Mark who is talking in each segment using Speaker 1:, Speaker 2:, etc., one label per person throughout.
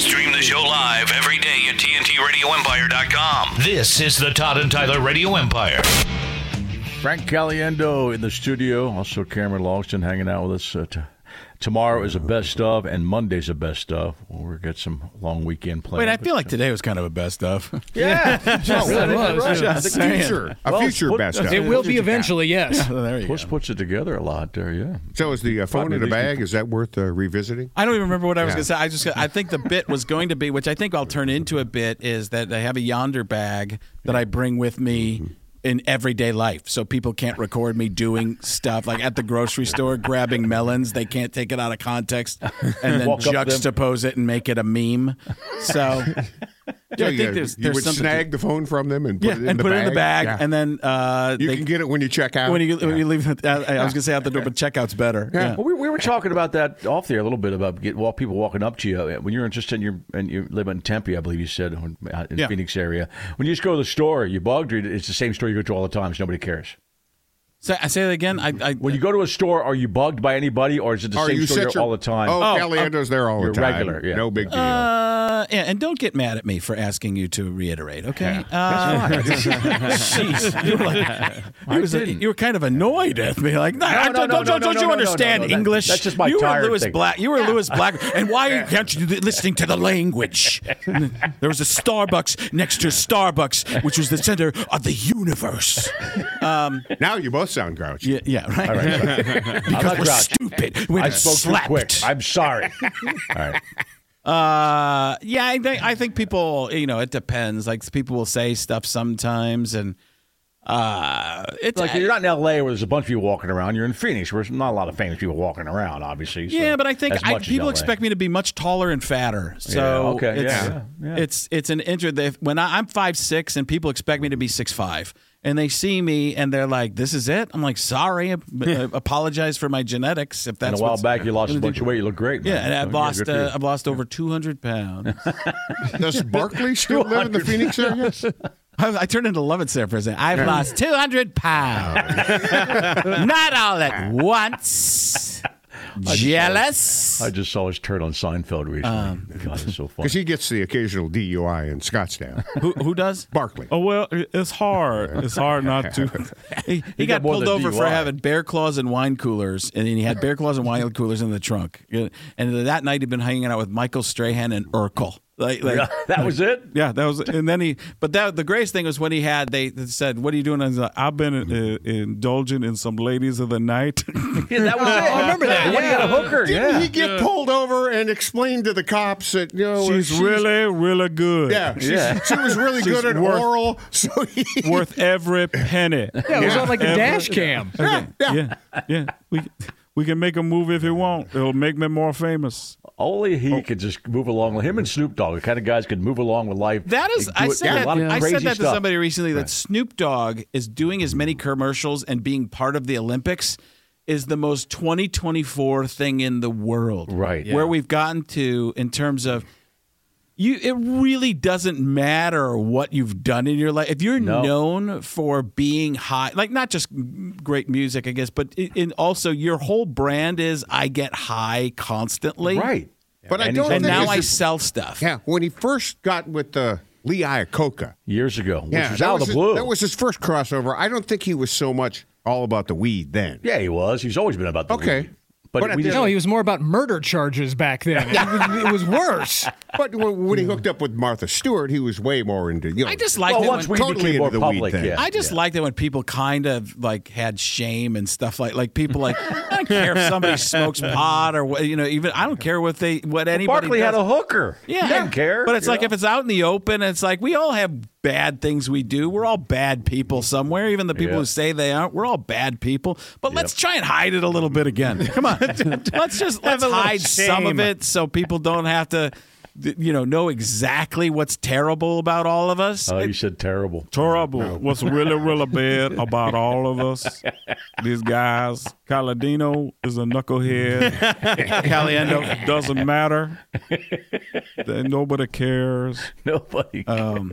Speaker 1: Stream the show live every day at TNTRadioEmpire.com. This is the Todd and Tyler Radio Empire.
Speaker 2: Frank Caliendo in the studio. Also, Cameron Logston hanging out with us. Uh, t- tomorrow is a best of, and Monday's a best of. We'll we'll get some long weekend play.
Speaker 3: Wait, I feel like today was kind of a best of.
Speaker 2: yeah,
Speaker 4: No, it was.
Speaker 3: Just
Speaker 2: The
Speaker 3: saying.
Speaker 2: future.
Speaker 4: A
Speaker 2: Well,
Speaker 4: future
Speaker 2: what-
Speaker 4: best of.
Speaker 2: It
Speaker 5: It will be eventually, yes.
Speaker 3: there you
Speaker 2: Puss
Speaker 3: go.
Speaker 2: puts it together a lot there. Yeah,
Speaker 4: So is the uh, phone in a
Speaker 2: these
Speaker 4: bag? Is that worth uh, revisiting?
Speaker 3: I don't even remember what I was
Speaker 4: Yeah.
Speaker 3: going to say. I just I think the bit was going to be, which I think I'll turn into a bit, is that I have a yonder bag that I bring with me
Speaker 4: Mm-hmm.
Speaker 3: in everyday life, so people can't record me doing stuff like at the grocery store grabbing melons. They can't take it out of context and then
Speaker 2: Walk up to them.
Speaker 3: juxtapose it and make it a meme. So. Yeah, I think
Speaker 4: you,
Speaker 3: there's,
Speaker 4: you
Speaker 3: there's
Speaker 4: would
Speaker 3: something to-
Speaker 4: snag the phone from them and put
Speaker 3: yeah,
Speaker 4: it in
Speaker 3: and
Speaker 4: the
Speaker 3: put
Speaker 4: bag.
Speaker 3: it in the bag,
Speaker 4: Yeah.
Speaker 3: and then uh,
Speaker 4: you
Speaker 3: they-
Speaker 4: can get it when you check out.
Speaker 3: when you
Speaker 4: Yeah.
Speaker 3: when you leave. I, I was gonna say out the door, but checkout's better. Yeah.
Speaker 2: Well, we, we were talking about that off there a little bit about get, well, people walking up to you Uh, when you're just in your and you live in Tempe, I believe you said when- out in
Speaker 3: Yeah.
Speaker 2: Phoenix area. When you just go to the store, you bog treat. It's the same store you go to all the time. So nobody cares.
Speaker 3: So I say that again. I, I
Speaker 2: When you go to a store, are you bugged by anybody, or is it the
Speaker 4: Are
Speaker 2: same
Speaker 4: you
Speaker 2: store
Speaker 4: set
Speaker 2: you're
Speaker 4: your-
Speaker 2: all the time?
Speaker 4: Oh, Caliendo's there all
Speaker 2: you're
Speaker 4: the time.
Speaker 2: regular, yeah.
Speaker 4: No big deal.
Speaker 3: Uh, yeah, and don't get mad at me for asking you to reiterate, okay? Uh, Jeez, you were, like, you, was
Speaker 2: didn't.
Speaker 3: you were kind of annoyed at me, like, no, I
Speaker 2: no,
Speaker 3: don't,
Speaker 2: no,
Speaker 3: don't,
Speaker 2: no,
Speaker 3: don't,
Speaker 2: no,
Speaker 3: don't
Speaker 2: no,
Speaker 3: you
Speaker 2: no, no,
Speaker 3: understand
Speaker 2: no, no.
Speaker 3: English?
Speaker 2: That's just my
Speaker 3: you were
Speaker 2: tired
Speaker 3: Lewis
Speaker 2: thing.
Speaker 3: Black. You were Lewis Black, and why aren't you listening to the language? There was a Starbucks next to Starbucks, which was the center of the universe.
Speaker 4: now you both sound grouchy.
Speaker 3: Yeah, yeah, right.
Speaker 2: I'm
Speaker 3: because
Speaker 2: not
Speaker 3: we're
Speaker 2: grouchy.
Speaker 3: stupid. We
Speaker 2: I
Speaker 3: were
Speaker 2: spoke too
Speaker 3: slapped.
Speaker 2: quick. I'm sorry.
Speaker 3: Uh, yeah, I think I think people, you know, it depends. Like people will say stuff sometimes, and uh, it's
Speaker 2: Like you're not in L.A. where there's a bunch of you walking around. You're in Phoenix where there's not a lot of famous people walking around, obviously. so
Speaker 3: yeah, but I think
Speaker 2: as
Speaker 3: I,
Speaker 2: much as
Speaker 3: people
Speaker 2: LA.
Speaker 3: expect me to be much taller and fatter. So
Speaker 2: Yeah, okay,
Speaker 3: it's,
Speaker 2: yeah, yeah, yeah.
Speaker 3: it's it's an injury. that If, when I, I'm five six, and people expect me to be six five, and they see me and they're like, "This is it." I'm like, "Sorry, I, I apologize for my genetics if
Speaker 2: And
Speaker 3: that's
Speaker 2: a while
Speaker 3: what's-
Speaker 2: back, you lost a bunch of weight. You look great.
Speaker 3: Yeah,
Speaker 2: man. So,
Speaker 3: and I've lost
Speaker 2: good for you.
Speaker 3: uh, I've lost over two hundred pounds.
Speaker 4: Does Barkley still live in the Phoenix area?
Speaker 3: I, I turned into Lovitz there for a second. I've lost 200 pounds. Not all at once. Jealous.
Speaker 2: I just saw his turn on Seinfeld recently.
Speaker 3: Um,
Speaker 2: God, it's so funny.
Speaker 4: Because he gets the occasional DUI in Scottsdale.
Speaker 3: who, who does?
Speaker 4: Barkley.
Speaker 5: Oh well, it's hard. It's hard not to.
Speaker 3: He, he
Speaker 2: He
Speaker 3: got,
Speaker 2: got more
Speaker 3: pulled
Speaker 2: than
Speaker 3: over for
Speaker 2: DUI.
Speaker 3: having bear claws and wine coolers, and then he had bear claws and wine coolers in the trunk. And that night, he'd been hanging out with Michael Strahan and Urkel. Like, like,
Speaker 2: that was it.
Speaker 3: Yeah, that was, and then he. But that the greatest thing was when he had. They said, "What are you doing?" And he's like, I've been uh, indulging in some ladies of the night.
Speaker 2: Yeah, that was it. I remember that. Yeah, he got a hooker.
Speaker 4: Didn't
Speaker 2: yeah.
Speaker 4: he get pulled over and explain to the cops that you know
Speaker 5: She's really, really good.
Speaker 4: yeah, she's-
Speaker 2: Yeah.
Speaker 4: she was really
Speaker 5: She's
Speaker 4: good at
Speaker 5: worth-
Speaker 4: oral so he
Speaker 5: Worth every penny. Yeah,
Speaker 4: it was on,
Speaker 5: like a dash cam.
Speaker 4: yeah, yeah.
Speaker 5: Yeah, we We can make a movie if you want. It'll make me more famous.
Speaker 2: Only he
Speaker 3: Oh.
Speaker 2: could just move along. Him and Snoop Dogg, the kind of guys could move along with life.
Speaker 3: That is,
Speaker 2: They do
Speaker 3: I
Speaker 2: it-
Speaker 3: said
Speaker 2: do a
Speaker 3: that,
Speaker 2: lot of
Speaker 3: I
Speaker 2: crazy
Speaker 3: said that to
Speaker 2: stuff.
Speaker 3: somebody recently that Snoop Dogg is doing as many commercials and being part of the Olympics is the most 2024 thing in the world.
Speaker 2: Right.
Speaker 3: Where we've gotten to in terms of you it really doesn't matter what you've done in your life. If you're
Speaker 2: No.
Speaker 3: known for being high, like not just great music, I guess, but i- in also your whole brand is I get high constantly.
Speaker 2: Right.
Speaker 4: But I
Speaker 2: And
Speaker 4: don't
Speaker 2: he's-
Speaker 4: think
Speaker 3: And now
Speaker 4: it's
Speaker 3: I
Speaker 4: just-
Speaker 3: sell stuff.
Speaker 4: Yeah, when he first got with uh, Lee Iacocca.
Speaker 2: Years ago, which
Speaker 4: Yeah,
Speaker 2: was
Speaker 4: that
Speaker 2: out of the
Speaker 4: was his-
Speaker 2: blue.
Speaker 4: That was his first crossover. I don't think he was so much all about the weed then.
Speaker 2: yeah, he was. He's always been about the
Speaker 4: Okay.
Speaker 2: weed. But,
Speaker 4: But at
Speaker 2: we
Speaker 4: the-
Speaker 2: just,
Speaker 6: No, he was more about murder charges back then. It was, it was worse.
Speaker 4: But when when he hooked up with Martha Stewart, he was way more into. You know,
Speaker 3: I just like
Speaker 2: well,
Speaker 3: that
Speaker 2: once
Speaker 3: when-
Speaker 2: we
Speaker 4: totally
Speaker 2: became more
Speaker 4: into the weed
Speaker 2: public,
Speaker 4: thing.
Speaker 2: yeah.
Speaker 3: I just like that when people kind of like had shame and stuff like like people like I don't care if somebody smokes pot or what you know even I don't care what they what anybody
Speaker 2: Barkley had
Speaker 3: does.
Speaker 2: a hooker.
Speaker 3: yeah
Speaker 2: He didn't care.
Speaker 3: but it's
Speaker 2: you
Speaker 3: like
Speaker 2: know?
Speaker 3: if it's out in the open it's like we all have bad things we do we're all bad people somewhere even the people
Speaker 2: Yeah.
Speaker 3: who say they aren't we're all bad people but let's try and hide it a little bit again come on let's just let's
Speaker 5: a little
Speaker 3: hide some of
Speaker 5: shame.
Speaker 3: it so people don't have to you know know exactly what's terrible about all of us
Speaker 2: Oh, you said terrible.
Speaker 5: Terrible. What's really, really bad about all of us, these guys, Caladino is a knucklehead.
Speaker 3: Caliendo
Speaker 5: It doesn't matter. That nobody cares.
Speaker 2: Nobody.
Speaker 3: Um,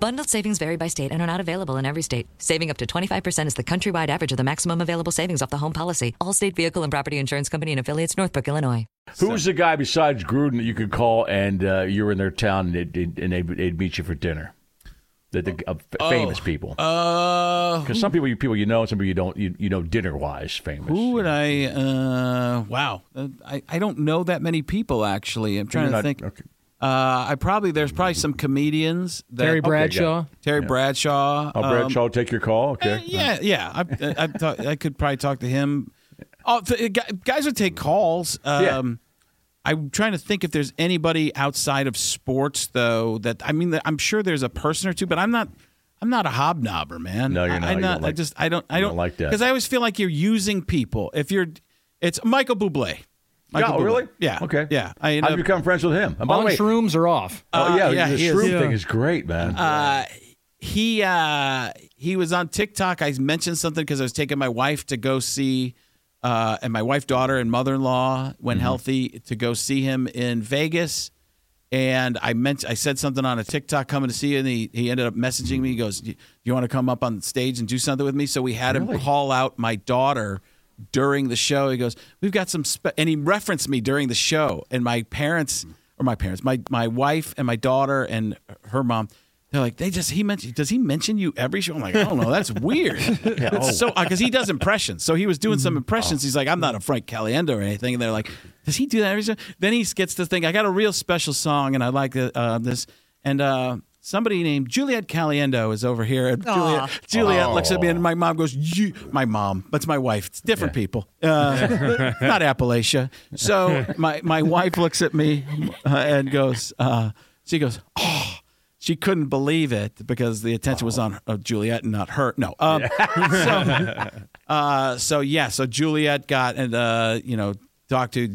Speaker 7: Bundled savings vary by state and are not available in every state. Saving up to 25% is the countrywide average of the maximum available savings off the home policy. All state vehicle and property insurance company and affiliates, Northbrook, Illinois.
Speaker 2: Who's the guy besides Gruden that you could call and uh, you're in their town and they'd, they'd- and they'd, they'd meet you for dinner? The, the uh, f-
Speaker 3: Oh,
Speaker 2: famous people.
Speaker 3: Uh,
Speaker 2: Because some people you people you know, some people you don't. You, you know, dinner wise, famous.
Speaker 3: who would I? Uh, wow, Uh, I, I don't know that many people actually. I'm trying
Speaker 2: You're
Speaker 3: to
Speaker 2: not-
Speaker 3: think.
Speaker 2: okay.
Speaker 3: Uh, I probably there's probably some comedians. That,
Speaker 6: Terry
Speaker 3: Okay,
Speaker 6: Bradshaw.
Speaker 3: Terry Bradshaw.
Speaker 2: Oh,
Speaker 3: um,
Speaker 2: Bradshaw, take your call.
Speaker 3: eh,
Speaker 2: Okay.
Speaker 3: yeah, yeah. I, I, I've talk- I could probably talk to him. Oh, th- uh, gu- guys would take calls.
Speaker 2: Yeah.
Speaker 3: Um, I'm trying to think if there's anybody outside of sports though. That I mean, I'm sure there's a person or two, but I'm not. I'm not a hobnobber, man.
Speaker 2: No, you're
Speaker 3: I-
Speaker 2: not.
Speaker 3: I'm
Speaker 2: You
Speaker 3: not.
Speaker 2: don't
Speaker 3: I
Speaker 2: like-
Speaker 3: just. I don't. I
Speaker 2: you
Speaker 3: don't,
Speaker 2: don't like that.
Speaker 3: because I always feel like you're using people. If you're, it's Michael Bublé. Michael
Speaker 2: Yeah, oh,
Speaker 3: Bublé.
Speaker 2: really?
Speaker 3: Yeah.
Speaker 2: Okay.
Speaker 3: Yeah. I end
Speaker 2: How'd
Speaker 3: up-
Speaker 2: you become friends with him? And by the
Speaker 6: On
Speaker 2: way,
Speaker 6: shrooms or off?
Speaker 2: oh yeah,
Speaker 3: Uh, yeah,
Speaker 2: the
Speaker 3: he is.
Speaker 2: shroom
Speaker 3: Yeah.
Speaker 2: thing is great, man.
Speaker 3: Uh, he uh, he was on TikTok. I mentioned something because I was taking my wife to go see, uh, and my wife, daughter, and mother in law, when healthy, to go see him in Vegas. And I meant I said something on a TikTok coming to see you, and he, he ended up messaging me. He goes, "Do you want to come up on stage and do something with me?" So we had him call out my daughter during the show. He goes, "We've got some," spe-, and he referenced me during the show. And my parents, or my parents, my my wife and my daughter and her mom, they're like, they just he mentioned. Does he mention you every show? I'm like, I don't know. That's weird. It's So because he does impressions, so he was doing some impressions. He's like, I'm not a Frank Caliendo or anything. And they're like, does he do that every show? Then he gets to think, I got a real special song, and I like uh, uh, this. And uh, somebody named Juliet Caliendo is over here. And Juliet, Juliet looks at me, and my mom goes, you, my mom. That's my wife. It's different people. Uh, not Appalachia. So my my wife looks at me uh, and goes, uh, she goes, oh she couldn't believe it because the attention was on uh, Juliet and not her. No. Um, so, uh, so yeah, so Juliet got and uh, you know talked to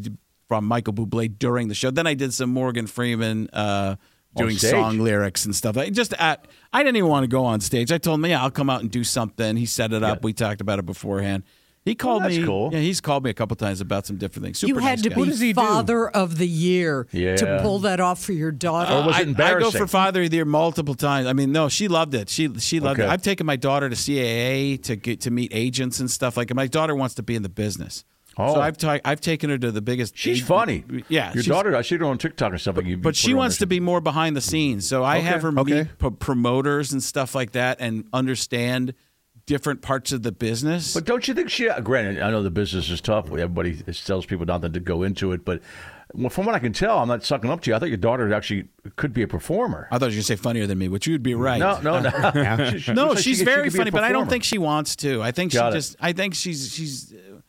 Speaker 3: from Michael Bublé during the show. Then I did some Morgan Freeman uh, doing
Speaker 2: stage.
Speaker 3: song lyrics and stuff. I just at, I didn't even want to go on stage. I told him, yeah, I'll come out and do something. He set it up. We talked about it beforehand. He called
Speaker 2: that's
Speaker 3: me.
Speaker 2: cool.
Speaker 3: Yeah, he's called me a couple times about some different things. Super
Speaker 8: you had
Speaker 3: nice
Speaker 8: to
Speaker 3: guy.
Speaker 8: be father of the year to
Speaker 3: Yeah.
Speaker 8: pull that off for your daughter.
Speaker 3: I, I go for Father of the Year multiple times. I mean, no, she loved it. She she loved it.
Speaker 8: Okay.
Speaker 3: I've taken my daughter to CAA to get to meet agents and stuff like. My daughter wants to be in the business.
Speaker 2: Oh.
Speaker 3: So I've i I've taken her to the biggest.
Speaker 2: She's
Speaker 3: agent-
Speaker 2: funny.
Speaker 3: Yeah,
Speaker 2: Your
Speaker 3: she's-
Speaker 2: daughter, I see her on TikTok and stuff. But, you,
Speaker 3: But she wants to be more behind the scenes. So I
Speaker 2: Okay,
Speaker 3: have her meet
Speaker 2: okay.
Speaker 3: p- promoters and stuff like that and understand different parts of the business.
Speaker 2: But don't you think she? uh, Granted, I know the business is tough. Everybody tells people not to go into it, but well, from what I can tell, I'm not sucking up to you. I think your daughter actually could be a performer.
Speaker 3: I thought you were say funnier than me, which you'd be right.
Speaker 2: No, no, no. She- she
Speaker 3: no,
Speaker 2: looks like she
Speaker 3: she's
Speaker 2: could- she
Speaker 3: very
Speaker 2: could be a
Speaker 3: funny, but I don't
Speaker 2: performer.
Speaker 3: think she wants to. I think
Speaker 2: Got
Speaker 3: she
Speaker 2: it.
Speaker 3: just. I think she's she's. uh,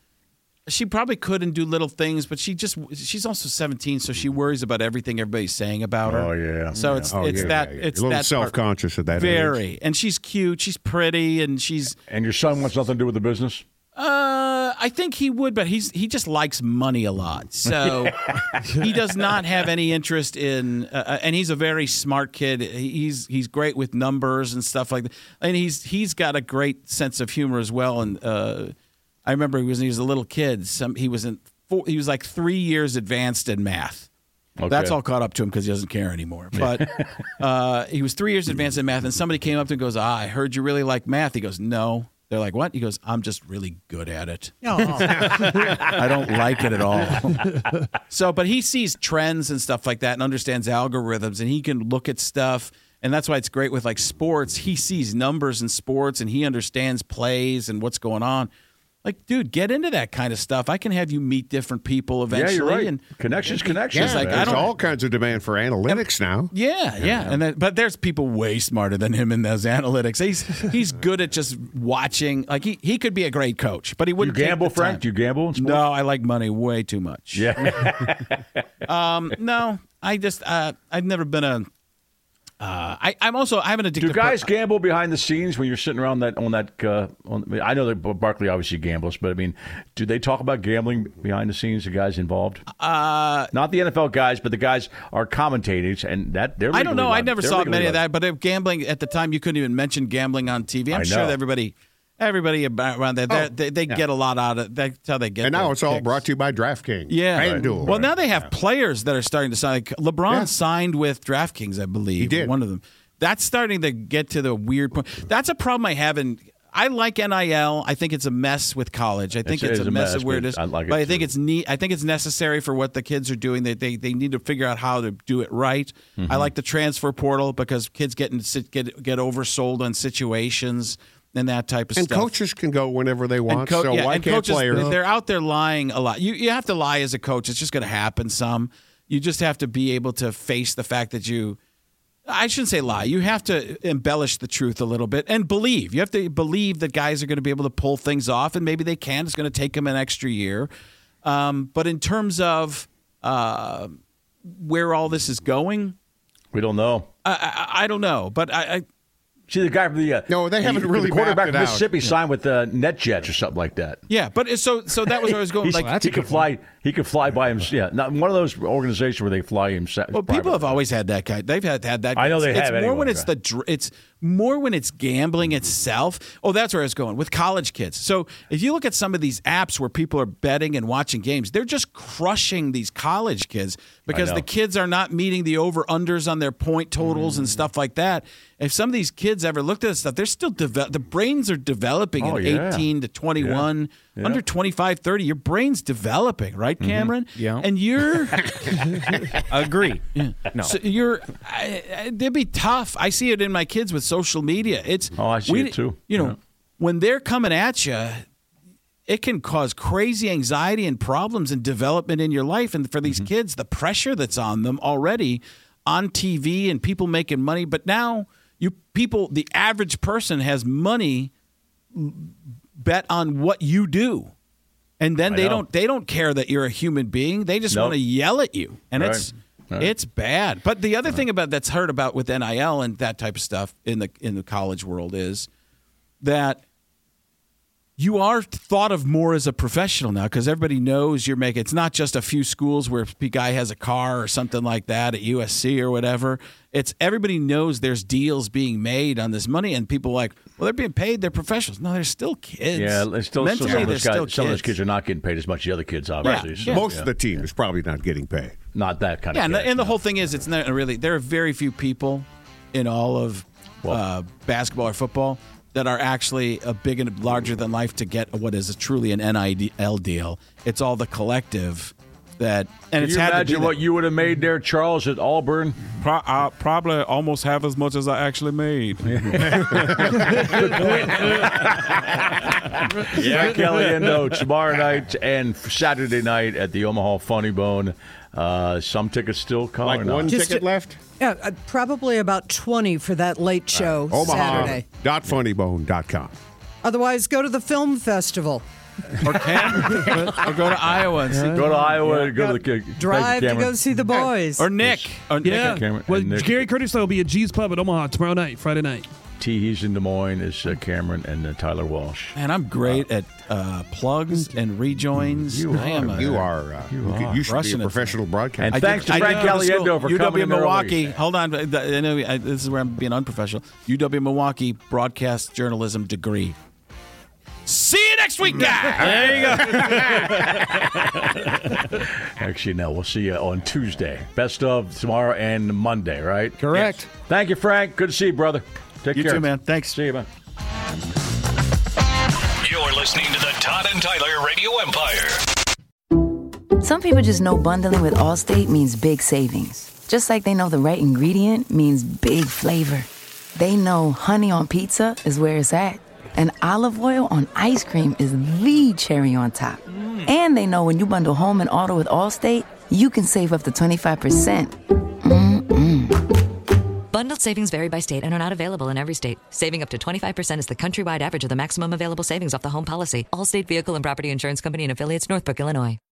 Speaker 3: She probably could and do little things, but she just she's also seventeen, so she worries about everything everybody's saying about her.
Speaker 4: Oh, yeah.
Speaker 3: So it's
Speaker 4: Oh,
Speaker 3: it's
Speaker 4: yeah,
Speaker 3: that
Speaker 4: yeah, yeah.
Speaker 3: it's
Speaker 4: A little
Speaker 3: that part.
Speaker 4: self-conscious at that age.
Speaker 3: Very, and she's cute, she's pretty, and she's.
Speaker 2: And your son wants nothing to do with the business.
Speaker 3: Uh, I think he would, but he's he just likes money a lot, so he does not have any interest in. Uh, and he's a very smart kid. He's he's great with numbers and stuff like that, and he's he's got a great sense of humor as well. And uh, I remember he was he was a little kid. Some he was in four, he was like three years advanced in math. That's
Speaker 2: Okay.
Speaker 3: all caught up to him because he doesn't care anymore. But uh, he was three years advanced in math, and somebody came up to him and goes, ah, I heard you really like math. He goes, No. They're like, What? He goes, I'm just really good at it. I don't like it at all. so, but he sees trends and stuff like that and understands algorithms and he can look at stuff. And that's why it's great with like sports. He sees numbers in sports and he understands plays and what's going on. Like, dude, get into that kind of stuff. I can have you meet different people eventually.
Speaker 4: yeah, you're right.
Speaker 3: And
Speaker 2: connections,
Speaker 3: It's like, I
Speaker 4: there's
Speaker 3: don't,
Speaker 4: all kinds of demand for analytics now.
Speaker 3: yeah, yeah, and that, but there's people way smarter than him in those analytics. He's he's good at just watching. Like he, he could be a great coach, but he wouldn't take
Speaker 2: gamble,
Speaker 3: the
Speaker 2: Frank?
Speaker 3: time.
Speaker 2: Do you gamble in sports?
Speaker 3: No, I like money way too much.
Speaker 2: Yeah.
Speaker 3: um, no, I just uh, I've never been a. Uh, I, I'm also I have an addictive.
Speaker 2: Do guys gamble behind the scenes when you're sitting around that on that? Uh, on, I, mean, I know that Bar- Barkley obviously gambles, but I mean, do they talk about gambling behind the scenes? The guys involved,
Speaker 3: uh,
Speaker 2: not the NFL guys, but the guys are commentators, and that they're.
Speaker 3: I don't
Speaker 2: legally
Speaker 3: know. I
Speaker 2: allowed-
Speaker 3: never
Speaker 2: they're
Speaker 3: saw
Speaker 2: legally
Speaker 3: many of
Speaker 2: allowed.
Speaker 3: that. But if gambling at the time, you couldn't even mention gambling on TV. I'm
Speaker 2: I
Speaker 3: sure
Speaker 2: know. Oh,
Speaker 3: that everybody, everybody about- around there, they're- they they get a lot out of. That's how they get.
Speaker 4: And now
Speaker 3: their
Speaker 4: it's all
Speaker 3: kicks.
Speaker 4: brought to you by DraftKings.
Speaker 3: Yeah.
Speaker 4: FanDuel.
Speaker 3: Well, now they have players that are starting to sign. Like LeBron signed with DraftKings, I believe. He did. One of them. That's starting to get to the weird point. That's a problem I have in. I like NIL. I think it's a mess with college. I
Speaker 2: It's-
Speaker 3: think it's,
Speaker 2: it's
Speaker 3: a
Speaker 2: a
Speaker 3: mess,
Speaker 2: mess,
Speaker 3: of where it
Speaker 2: but
Speaker 3: is.
Speaker 2: I like it
Speaker 3: but I think it's neat. I think it's necessary for what the kids are doing. They they, they need to figure out how to do it right. I like the transfer portal because kids get in, sit- get get oversold on situations and that type of
Speaker 4: and
Speaker 3: stuff.
Speaker 4: coaches can go whenever they want.
Speaker 3: co-
Speaker 4: so
Speaker 3: yeah,
Speaker 4: why
Speaker 3: and
Speaker 4: can't
Speaker 3: coaches,
Speaker 4: players?
Speaker 3: They're out there lying a lot. You you have to lie as a coach. It's just going to happen. Some you just have to be able to face the fact that you. I shouldn't say lie. You have to embellish the truth a little bit and believe. You have to believe that guys are going to be able to pull things off, and maybe they can. It's going to take them an extra year. Um, but in terms of uh, where all this is going,
Speaker 2: we don't know.
Speaker 3: I, I, I don't know. But I, I
Speaker 2: See the guy from the uh,
Speaker 3: No, they
Speaker 2: the-
Speaker 3: haven't really
Speaker 2: the quarterback
Speaker 3: mapped it
Speaker 2: from
Speaker 3: out.
Speaker 2: Mississippi
Speaker 3: Yeah.
Speaker 2: signed with uh, NetJets or something like that.
Speaker 3: yeah. But it's- so so that was where I was going.
Speaker 2: He's-
Speaker 3: like
Speaker 2: he could fly. He could fly by himself. Yeah, not one of those organizations where they fly himself.
Speaker 3: Well, people have always had that kind. They've had had that.
Speaker 2: I know they
Speaker 3: it's
Speaker 2: have
Speaker 3: More
Speaker 2: anyway,
Speaker 3: when it's
Speaker 2: but-
Speaker 3: the dr- it's more when it's gambling itself. Oh, that's where I was going with college kids. So if you look at some of these apps where people are betting and watching games, they're just crushing these college kids because
Speaker 2: know.
Speaker 3: the kids are not meeting the over unders on their point totals
Speaker 2: Mm.
Speaker 3: and stuff like that. If some of these kids ever looked at this stuff, they're still develop. The brains are developing
Speaker 2: Oh,
Speaker 3: at
Speaker 2: yeah.
Speaker 3: 18 to 21,
Speaker 2: Yeah. Mm-hmm.
Speaker 3: under 25, 30. Your brain's developing, right, Cameron?
Speaker 9: Yeah.
Speaker 3: And you're.
Speaker 9: Agree. No.
Speaker 3: So you're, I, I, they'd be tough. I see it in my kids with social media. It's oh, I
Speaker 2: see it too.
Speaker 3: You know, when they're coming at you, it can cause crazy anxiety and problems and development in your life. And for these kids, the pressure that's on them already on TV and people making money. But now you people, the average person has money bet on what you do. And then
Speaker 2: I
Speaker 3: they
Speaker 2: know.
Speaker 3: don't they don't care that you're a human being. They just
Speaker 2: Nope.
Speaker 3: want to yell at you. And it's
Speaker 2: Right. Right.
Speaker 3: it's bad. But the other thing about that's heard about with NIL and that type of stuff in the in the college world is that you are thought of more as a professional now because everybody knows you're making. It's not just a few schools where a guy has a car or something like that at USC or whatever. It's everybody knows there's deals being made on this money, and people are like, well, they're being paid. They're professionals. No, they're still kids.
Speaker 2: Yeah, it's still,
Speaker 3: mentally
Speaker 2: some, of
Speaker 3: they're
Speaker 2: those guys,
Speaker 3: still
Speaker 2: some of those
Speaker 3: kids.
Speaker 2: kids are not getting paid as much as the other kids, obviously.
Speaker 3: Yeah,
Speaker 2: so,
Speaker 3: yeah. Most of
Speaker 2: yeah.
Speaker 3: the
Speaker 2: team is probably not getting paid. Not that kind of
Speaker 3: yeah, and,
Speaker 2: kid.
Speaker 3: the, and the whole thing is, it's not really. There are very few people in all of uh, basketball or football that are actually a big and larger than life to get what is truly an NIL deal. It's all the collective that, and
Speaker 2: Can
Speaker 3: it's
Speaker 2: you
Speaker 3: had
Speaker 2: imagine
Speaker 3: to be
Speaker 2: what you would have made there, Charles, at Auburn?
Speaker 5: Pro- I probably almost half as much as I actually made.
Speaker 2: yeah, Kelly and no tomorrow night and Saturday night at the Omaha Funny Bone. Uh, some tickets still
Speaker 3: Oh,
Speaker 2: come. Uh,
Speaker 4: Like
Speaker 2: or not.
Speaker 4: one ticket left?
Speaker 8: Yeah, uh, probably about 20 for that late show
Speaker 4: Omaha.
Speaker 8: Saturday.
Speaker 4: Dot funnybone.com.
Speaker 8: Otherwise, go to the film festival.
Speaker 3: or can or go to Iowa and see.
Speaker 2: Go to Iowa and go to the kick.
Speaker 8: Drive to go see the boys.
Speaker 3: Or Nick. Or Nick
Speaker 10: yeah.
Speaker 2: and Cameron-
Speaker 10: Oh, well,
Speaker 2: and Nick.
Speaker 10: Gary Curtis will be at G's Pub at Omaha tomorrow night, Friday night.
Speaker 2: He's in Des Moines is uh, Cameron and uh, Tyler Walsh.
Speaker 3: Man, I'm great at uh, plugs and rejoins.
Speaker 2: You
Speaker 3: I am
Speaker 2: are,
Speaker 3: a-
Speaker 2: you are, uh,
Speaker 4: you could- you should be a
Speaker 3: Russian
Speaker 4: professional broadcaster.
Speaker 2: And
Speaker 3: I
Speaker 2: thanks
Speaker 3: did-
Speaker 2: to
Speaker 3: I
Speaker 2: Frank
Speaker 3: did go to
Speaker 2: Caliendo for
Speaker 3: UW
Speaker 2: coming in early.
Speaker 3: Milwaukee. Hold on, I I know I, this is where I'm being unprofessional. UW Milwaukee broadcast journalism degree. See you next week, guys.
Speaker 2: Actually, no. We'll see you on Tuesday. Best of tomorrow and Monday, right?
Speaker 6: Correct.
Speaker 2: Thank you, Frank. Good to see you, brother. Take
Speaker 3: You
Speaker 2: care.
Speaker 3: too, man. Thanks.
Speaker 2: See you, man.
Speaker 1: You're listening to the Todd and Tyler Radio Empire.
Speaker 11: Some people just know bundling with Allstate means big savings. Just like they know the right ingredient means big flavor. They know honey on pizza is where it's at, and olive oil on ice cream is the cherry on top. And they know when you bundle home and auto with Allstate, you can save up to 25%.
Speaker 7: Bundled savings vary by state and are not available in every state. Saving up to 25% is the countrywide average of the maximum available savings off the home policy. Allstate Vehicle and Property Insurance Company and affiliates, Northbrook, Illinois.